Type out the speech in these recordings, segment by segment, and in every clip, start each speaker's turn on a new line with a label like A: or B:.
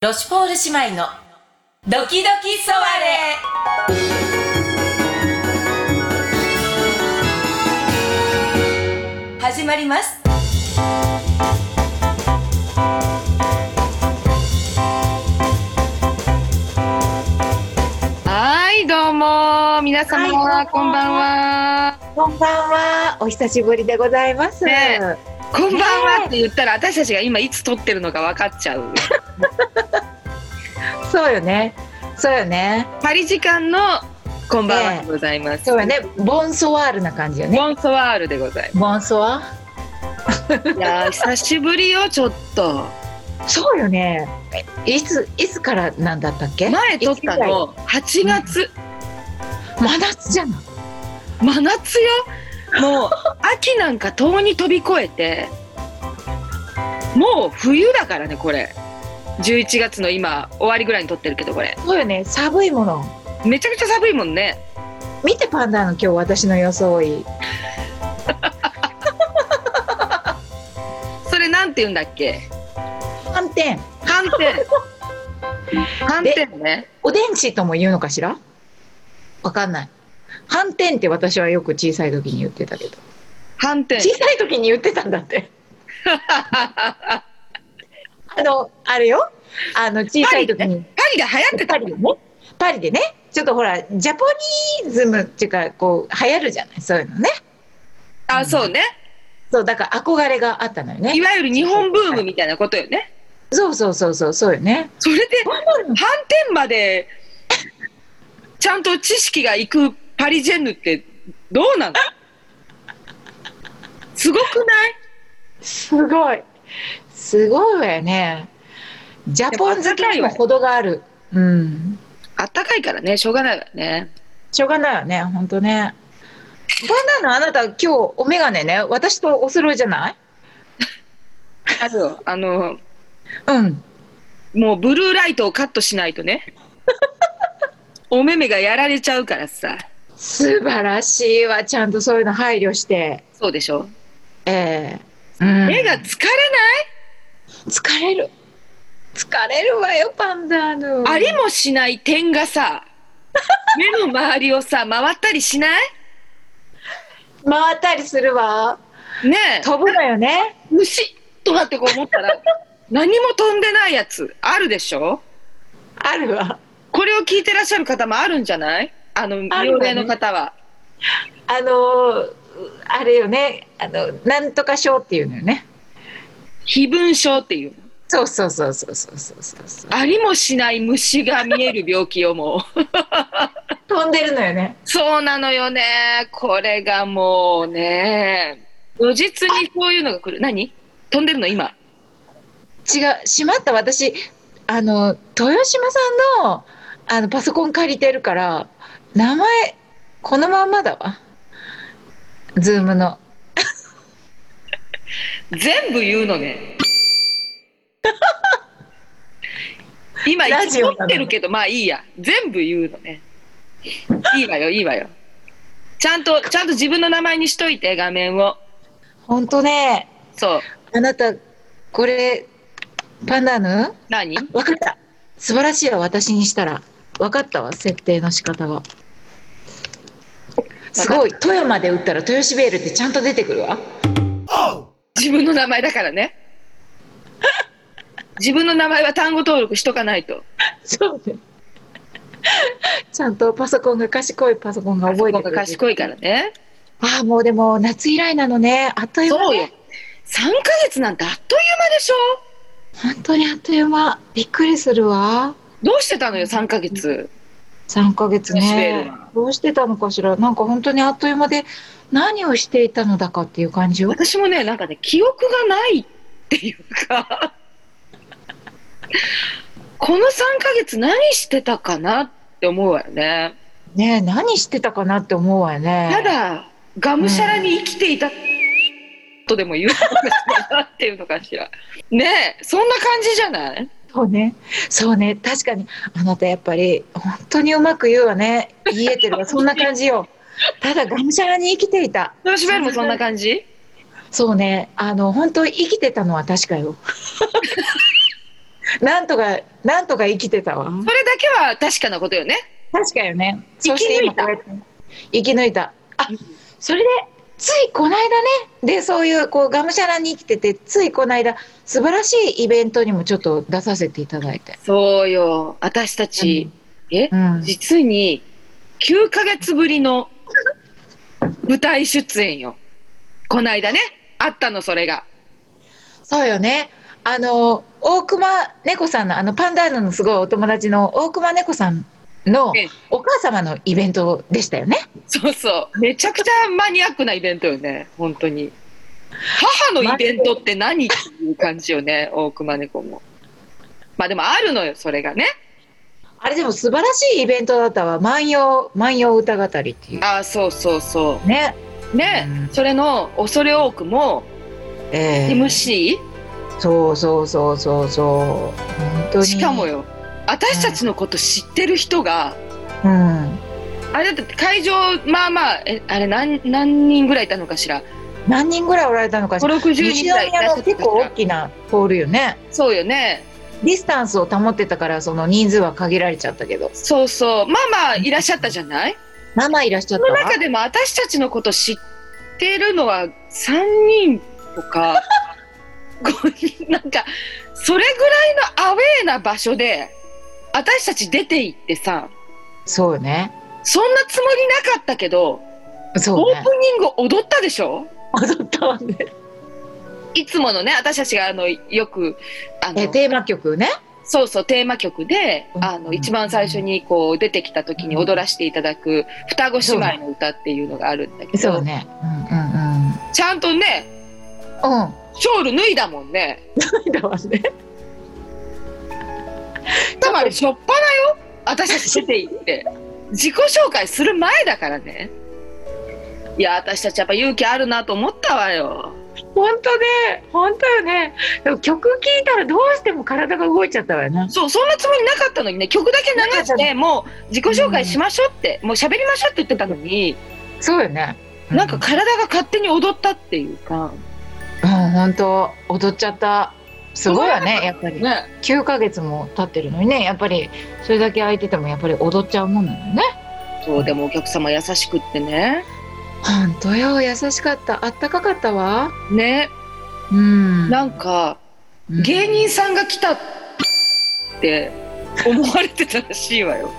A: ロシュポール姉妹のドキドキソワレ始まります
B: はい、どうも、皆様、
C: はいどうも
B: こんばんは。
C: こんばんは、お久しぶりでございます。
B: ねこんばん
C: ね
B: はって言ったら、私たちが今いつ撮ってるのか分かっちゃう。
C: そうよね。そうよね。
B: パリ時間のこんばんはでございます。
C: そうよね。ボンソワールな感じよね。
B: ボンソワールでござい
C: ボンソワ。
B: ます。いやー、久しぶりよ、ちょっと。
C: そうよね。えいつ、いつからなんだったっけ。
B: 前撮った
C: い
B: の、8月、
C: つぐらい。真夏じゃない。
B: 真夏よ。もう、秋なんか遠に飛び越えて、もう冬だからね、これ。11月の今、終わりぐらいに撮ってるけど、これ。
C: そうよね。寒いもの。
B: めちゃくちゃ寒いもんね。
C: 見てパンダの今日私の装い。
B: それなんて言うんだっけ
C: 寒天。
B: 寒 天寒天ね
C: おでんちとも言うのかしら。わかんない。寒天って私はよく小さい時に言ってたけど。
B: 寒天
C: 小さい時に言ってたんだって。
B: パ
C: あの、あれよ。あの小さい時に。
B: リが流行ってた
C: パリでね。パリでね。ちょっとほら、ジャポニーズムっていうか、こう、流行るじゃない、そういうのね。
B: あそうね
C: そう、だから憧れがあったのよ
B: い
C: ね。
B: わゆる日本ブームみたいなことよね
C: そうそうそうそう、そうよね。
B: それで寒天までちゃんと知識がいくパリジェンヌってどうなのすごくない
C: すごい。すごいわよね。ジャポン好きにも程がある。うん。
B: あったかいからねしょうがないわね
C: しょうがないよね、ほんとね。バナナ、あなた今日お眼鏡ね、私とお揃いじゃない
B: あとあの
C: うん。
B: もうブルーライトをカットしないと ねお目目がやられちゃうからさ
C: 素晴らしいわ、ちゃんとそういうの配慮して。
B: そうでしょ
C: ええうん
B: 目が疲れ
C: 疲れる疲れるわよパンダの
B: ない、ありもしない点 がさ目の周りをさ回ったりしない
C: 回ったりするわ
B: ねえ
C: 飛ぶのよね
B: 虫とかってこう思 ったら何も飛んでないやつあるでしょ
C: あるわ
B: これを聞いてらっしゃる方もあるんじゃないあの
C: ある
B: 幼
C: わね
B: 齢の方は、
C: あのーあれよねあのなんとか症っていうのよね
B: 非分症っていう
C: そうそうそうそうそうそうそうそう
B: ありもしない虫が見える病気をもう
C: 飛んでるのよね
B: そうなのよね。これがもうね。如実にこういうのが来る。何飛んでるの今。
C: 違うしまった私あの豊島さんのあのパソコン借りてるから名前このまんまだわズームの
B: 全部言う のね。今、
C: ラ
B: 一
C: ジオ
B: 応
C: なの
B: ってるけど、まあいいや。全部言うのね。いいわよ、いいわよ。ちゃんと、ちゃんと自分の名前にしといて、画面を。
C: ほんとね
B: そう。
C: あなた、これ、パンダヌ
B: 何
C: わかった。素晴らしいわ、私にしたら。わかったわ、設定の仕方が。すごい、富山で打ったら豊シベールってちゃんと出てくるわ。
B: 自分の名前だか らね。自分の名前は単語登録しとかないと。
C: そうね。ちゃんとパソコンが賢いパソコンが覚えてくれ
B: 僕
C: る。
B: が賢いからね。
C: ああ、もうでも夏以来なのね。あっという間、
B: そうよ
C: ね。。
B: 3ヶ月なんてあっという間でしょ
C: 本当にあっという間。びっくりするわ。
B: どうしてたのよ、3ヶ月。
C: 3ヶ月
B: シベ
C: ね
B: ルは。
C: どうしてたのかしら。なんか本当にあっという間で何をしていたのだかっていう感じよ。
B: 私もね、なんかね、記憶がないっていうか、この3ヶ月何してたかなって思うわよね。
C: ねえ何してたかなって思うわよね
B: ただ、がむしゃらに生きていたとでも言うのかしらっていうのかしら。ねえ、そんな感じじゃない
C: そうねそうね確かにあなたやっぱり本当にうまく言うわね言えてるわそんな感じよただがむしゃらに生きていた
B: そのしばもそんな感じ
C: そうねあの本当生きてたのは確かよ なんとか、なんとか生きてたわ。
B: それだけは確かなことよね。
C: 確かよね。
B: 生
C: そ
B: き
C: し
B: 抜
C: て
B: い
C: 今
B: た
C: こうやって生き抜いた。あ、それで、ついこの間ね。で、そういう、こう、がむしゃらに生きてて、ついこの間、素晴らしいイベントにもちょっと出させていただいて。
B: そうよ。私たち、え
C: うん。
B: 実に9ヶ月ぶりの舞台出演よ。こないだね。あったの、それが。
C: そうよね。あの、大熊猫さんの、あの、パンダーナのすごいお友達の大熊猫さんの
B: ええ
C: お母様のイベントでしたよね。
B: そうそう。めちゃくちゃマニアックなイベントよね。本当に。母のイベントって何っていう感じよね。大熊猫も。まあでもあるのよ、それがね。
C: あれでも素晴らしいイベントだったわ。万葉、万葉歌語りってい。
B: ああ、そうそうそう
C: ね。
B: う。ね。
C: うん
B: それの恐れ多くも、
C: ええ
B: MC?
C: そうそうそうそうそう。本当に。
B: しかもよ私たちのこと知ってる人が、
C: うん。
B: あれだって会場まあまあえあれ何何人ぐらいいたのかしら
C: 何人ぐらいおられたのかしら。
B: 560人
C: 西
B: ぐらいいた
C: 宮の
B: 人たち
C: 結構大
B: が
C: きなホールよね。
B: そうよね
C: ディスタンスを保ってたから、その人数は限られちゃったけど。
B: そうそうまあまあいらっしゃったじゃない
C: ママいらっしゃっ
B: そ
C: た
B: の
C: わ
B: 中。でも私たちのこと知ってるのは3人と か5人なんかそれぐらいのアウェーな場所で私たち出て行ってさ
C: そうよね。
B: そんなつもりなかったけど、
C: そう
B: オ
C: ね
B: ープ。ニング踊ったでしょ
C: 踊ったわね。
B: いつものね私たちがあのよくあの
C: え、テーマ曲ね。
B: そうそうテーマ曲で
C: うん
B: あの一番最初にこう出てきた時に踊らせていただく「双子姉妹の歌」っていうのがあるんだけ
C: そう
B: ど、
C: ね。うん
B: ちゃんとね
C: うんう ん。うん。
B: ショール脱いだもんね
C: いたわね。
B: 多分あれしょっぱなよ私たち出て行って自己紹介する前だからねいや私たちやっぱ勇気あるなと思ったわよ
C: 本当ね。本当よね。でも曲聴いたらどうしても体が動いちゃったわよね。
B: そうそんなつもりなかったのにね曲だけ流してもう自己紹介しましょうってもう喋りましょうって言ってたのに
C: そうよね。
B: なんか体が勝手に踊ったっていうか
C: うん、本当踊っちゃった。すごいわね、やっぱり。
B: ね
C: 9ヶ月も経ってるのにね、やっぱりそれだけ空いててもやっぱり踊っちゃうもんなのね。
B: そうでもお客様優しくってね
C: 本当よ、優しかった。あったかかったわ。
B: ね
C: うん。
B: なんか
C: うん
B: 芸人さんが来たって思われてたらしいわよ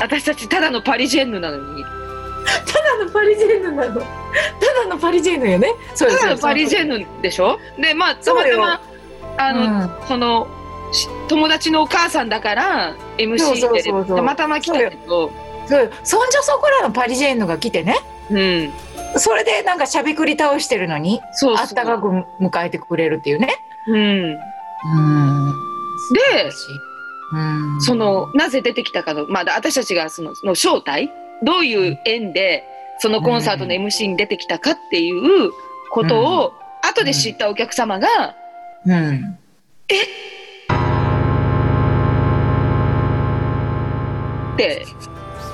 B: 私たちただのパリジェンヌなのに
C: ただのパリジェンヌなの。ただのパリジェンヌよね。そう
B: ただのパリジェンヌでしょでまあたまたまあの、
C: の、
B: そのし友達のお母さんだから MC
C: そう
B: で
C: そうそうそう
B: たまたま来たけど
C: うん、そうそんじょそこらのパリジェンヌが来てね。
B: うん
C: それでなんかしゃべくり倒してるのに、
B: そうそ
C: あ
B: う
C: ったかく迎えてくれるっていうね。
B: う
C: う
B: ん
C: ん。
B: で
C: うん、
B: そのなぜ出てきたかの、まあ、だ私たちがそのその正体どういう縁でそのコンサートの MC に出てきたかっていうことを後で知ったお客様が
C: うん。
B: って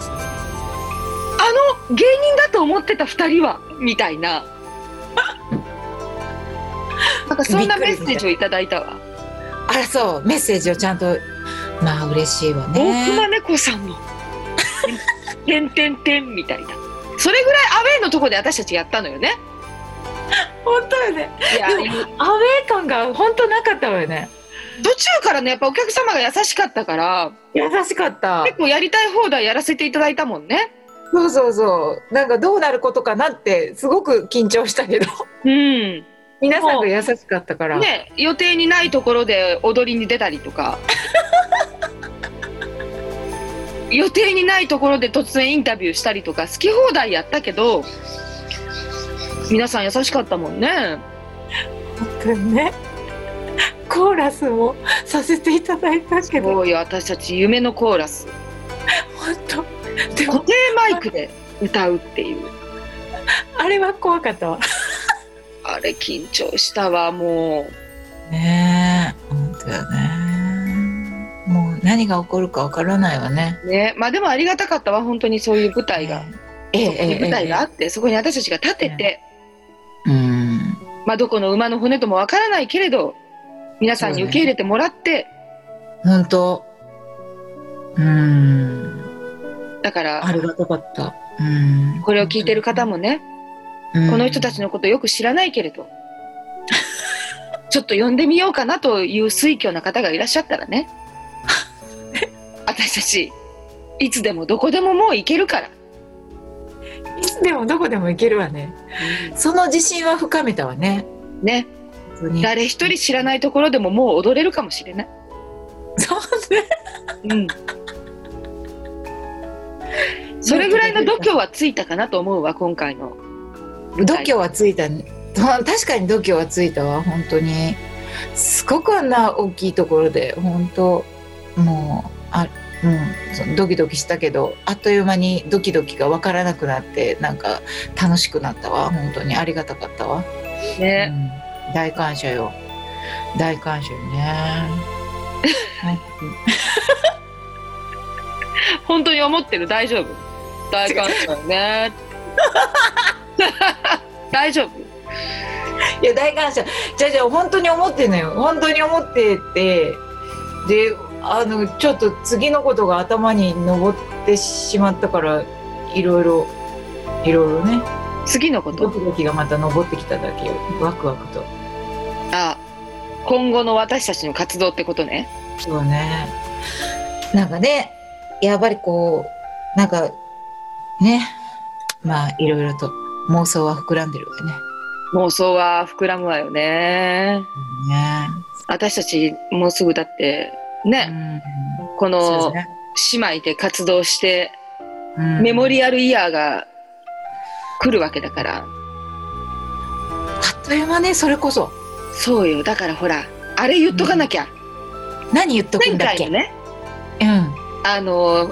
B: あの芸人だと思ってた2人はみたい ななんかそんなメッセージをいただいたわ
C: あらそうメッセージをちゃんとまあ嬉しいわ
B: 大
C: ね。
B: 熊猫さんの「てんてんてん」みたいなそれぐらいアウェイのとこで私たちやったのよね
C: 本当よね。
B: いや
C: でもアウェー感が本当なかったわよね。
B: 途中からねやっぱお客様が優しかったから
C: 優しかった。
B: 結構やりたい放題やらせていただいたもんね
C: そうそうそう。なんかどうなることかなってすごく緊張したけ ど、
B: うん
C: 皆さんが優しかったから。
B: ね予定にないところで踊りに出たりと か予定にないところで突然インタビューしたりとか好き放題やったけど皆さん優しかったもんね
C: 本当にね。コーラスもさせていただいたけ
B: こういう私たち夢のコーラス
C: 本当。で
B: 固定マイクで歌うっていう
C: あれは怖かったわ。
B: あれ緊張したわもう。
C: ねえ、本当よね。もう何が起こるかわからないわね。
B: ね、まあでもありがたかったわ本当にそういう舞台が、
C: ええ
B: そういう舞台があって、そこに私たちが立てて、
C: うん。
B: まあ、どこの馬の骨ともわからないけれど皆さんに受け入れてもらって、
C: 本当うん
B: だから
C: ありがたかったうん
B: これを聞いてる方もね、この人た
C: ち
B: ちのことよく知らないけれどちょっと呼んでみようかなという推挙な方がいらっしゃった らね私たちいつでもどこでももう行けるから、
C: いつでもどこでも行けるわねその自信は深めたわね
B: ね
C: 本当に
B: 誰一人知らないところでももう踊れるかもしれない、
C: そうね
B: うん、それぐらいの度胸はついたかなと思うわ今回の舞
C: 度
B: 台
C: 胸はついたねと確かに度胸はついたわ本当にすごくあんな大きいところで本当もうあうんそのドキドキしたけどあっという間にドキドキが分からなくなってなんか楽しくなったわ本当にありがたかったわ、
B: ね、
C: うん大感謝よ大感謝よねはい
B: 本当に思ってる大丈夫大感謝よ ね大丈夫
C: いや大感謝じゃあじゃあ本当に思ってんのよ本当に思っててであのちょっと次のことが頭に上ってしまったからいろいろいろいろね
B: 次のこ
C: ド
B: と
C: キドキがまた上ってきただけよワクワクと
B: あ今後の私たちの活動ってことね
C: そうねなんかねやっぱりこうなんかねまあいろいろと妄想は膨らんでるわね。
B: 妄想は膨らむわよね
C: ね
B: 私たちもうすぐだってね、
C: そ
B: こ
C: う
B: の
C: ですね
B: 姉妹で活動して
C: うん
B: メモリアルイヤーが来るわけだから
C: あっという間ねそれこそ
B: そうよだからほらあれ言っとかなきゃ、
C: 何言っとくん
B: 前
C: だっ
B: 回
C: け
B: のね
C: うん
B: あの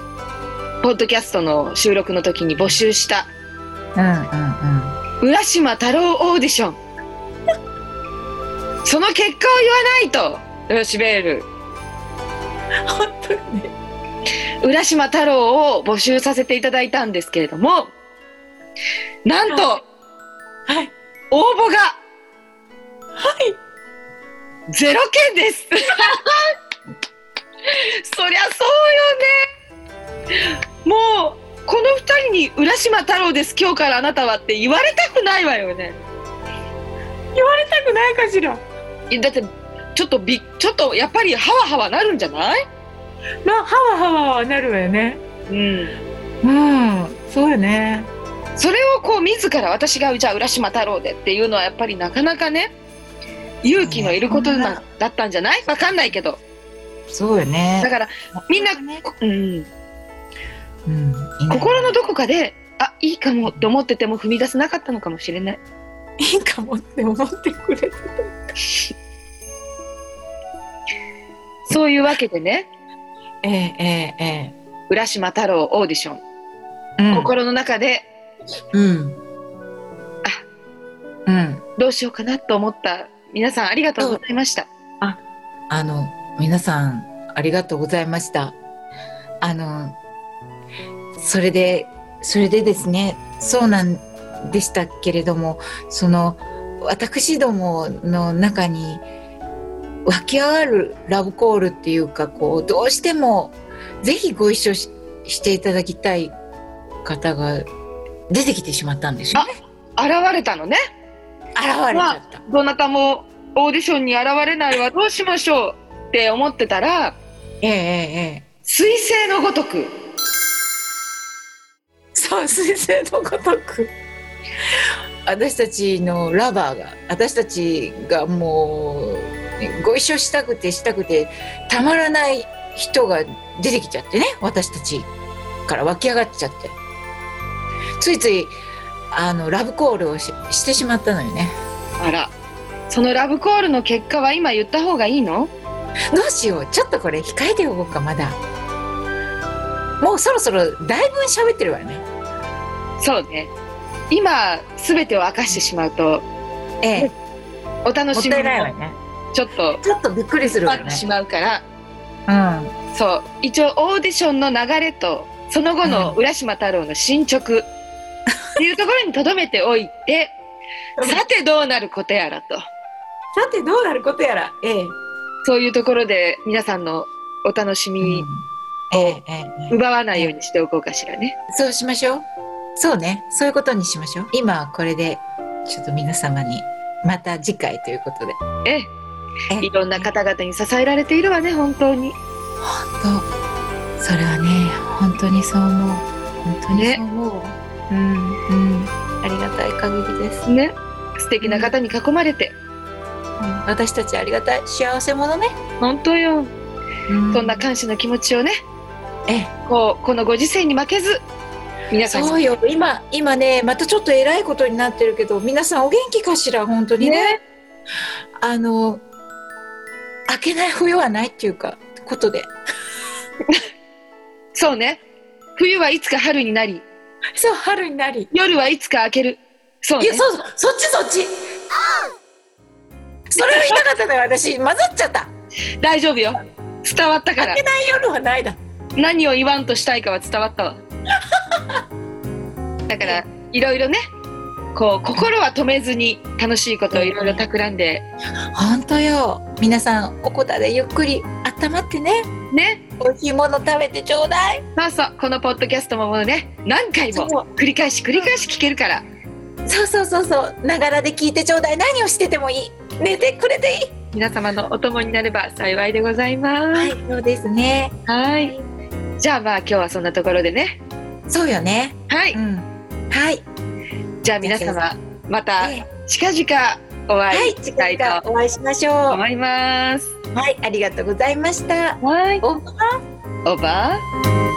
B: ポッドキャストの収録の時に募集した
C: うんうん
B: 浦島太郎オーディション その結果を言わないとルシベール
C: うん。本当にね。
B: 浦島太郎を募集させていただいたんですけれどもなんと、
C: はい
B: 応募がはいゼロ件です そりゃそうよねもうこの二人に「浦島太郎です今日からあなたは」って言われたくないわよね
C: 痛くないかしら。
B: えだってちょっとびちょっとやっぱりハワハワなるんじゃない
C: なハワハワはなるわよね。
B: うん
C: うんそうよね。
B: それをこう自ら私がじゃあ浦島太郎でっていうのはやっぱりなかなかね勇気のいること
C: いや
B: な
C: そんな
B: だったんじゃないわかんないけど
C: そうよね
B: だ。からみんな、
C: ね
B: こうん、
C: うん、
B: 心のどこかであいいかもって思ってても踏み出せなかったのかもしれない
C: いいかもって思ってくれて。
B: そういうわけでね
C: えええええ
B: 浦島太郎オーディション、
C: え。うん
B: 心の中で
C: うん。うん。
B: どうしようかなと思った皆さんありがとうございました、
C: あの皆さんありがとうございました。あのそれでそれでですねそうなんでしたけれどもその私どもの中に湧き上がるラブコールっていうかこうどうしてもぜひご一緒ししていただきたい方が出てきてしまったんですよね。
B: 現れたのね
C: 現れちゃった。
B: どなたもオーディションに現れないわどうしましょうって思ってたら
C: ええええええ。
B: 彗星のごとく
C: そう彗星のごとく私たちのラバーが私たちがもうご一緒したくてしたくてたまらない人が出てきちゃってね私たちから湧き上がっちゃってついついあのラブコールをししてしまったのよね
B: あらそのラブコールの結果は今言った方がいいの
C: どうしようちょっとこれ控えておこうかまだもうそろそろだいぶ喋ってるわね
B: そうね今全てを明かしてしまうと
C: ええ
B: お楽
C: もっ
B: しみ
C: たいない
B: も
C: わね
B: ちょっと
C: ちょっとびっくりするわ
B: 待
C: ね
B: ってしまうから
C: うん
B: そう一応オーディションの流れとその後 の浦島太郎の進捗っていうところにとどめておいてさてどうなることやらと。
C: さてどうなることやらええ
B: そういうところで皆さんのお楽しみ
C: ええええ
B: 奪わないようにしておこうかしらね。
C: そうしましょうそうねそういうことにしましょう今はこれでちょっと皆様にまた次回ということで
B: え
C: え
B: え、いろんな方々に支えられているわね、本当に。
C: 本当それはね本当にそう思う本当にそう思う、うんうんありがたい限りです、うん
B: ね。素敵な方に囲まれて。
C: 私たちありがたい幸せ者ね、
B: 本当よ。そんな
C: 感
B: 感謝の気持ちをね、
C: ええ
B: こうこのご時世に負けず、皆さんに
C: そうよ今今ねまたちょっと偉いことになってるけど皆さんお元気かしら本当にね
B: ね
C: あの開けない冬はないっていうかことで
B: そうね。冬はいつか春になり、
C: そう春になり
B: 夜はいつか明ける。そう
C: い
B: ね
C: や。そうそうそっちそっちそれを言いたかったのよ私混ざっちゃった
B: 大丈夫よ。伝わったから
C: 開け。ない夜はないだ
B: 何を言わんとしたいかは伝わっ たわだからいろいろねこう心は止めずに楽しいことをいろいろ企んで
C: 本当よ皆さんおこたでゆっくり温まってね
B: ね
C: おいしいもの食べてちょうだい
B: まあそうこのポッドキャストももうね何回も
C: そう
B: 繰り返し繰り返し聞けるから
C: そうそうそうそうながらで聞いてちょうだい何をしててもいい寝てくれていい
B: 皆様のお供になれば幸いでございます
C: はい、そうですね。
B: はいじゃあまあ今日はそんなところでね
C: そうよね。
B: はい
C: うん。はい。
B: じゃあ皆様また
C: ええ
B: 近々お
C: は
B: 会
C: い、
B: い
C: 次
B: した
C: 回
B: いと
C: お会いしましょう。は
B: 思います
C: い、ありがとうございました。
B: はい
C: お
B: オーバー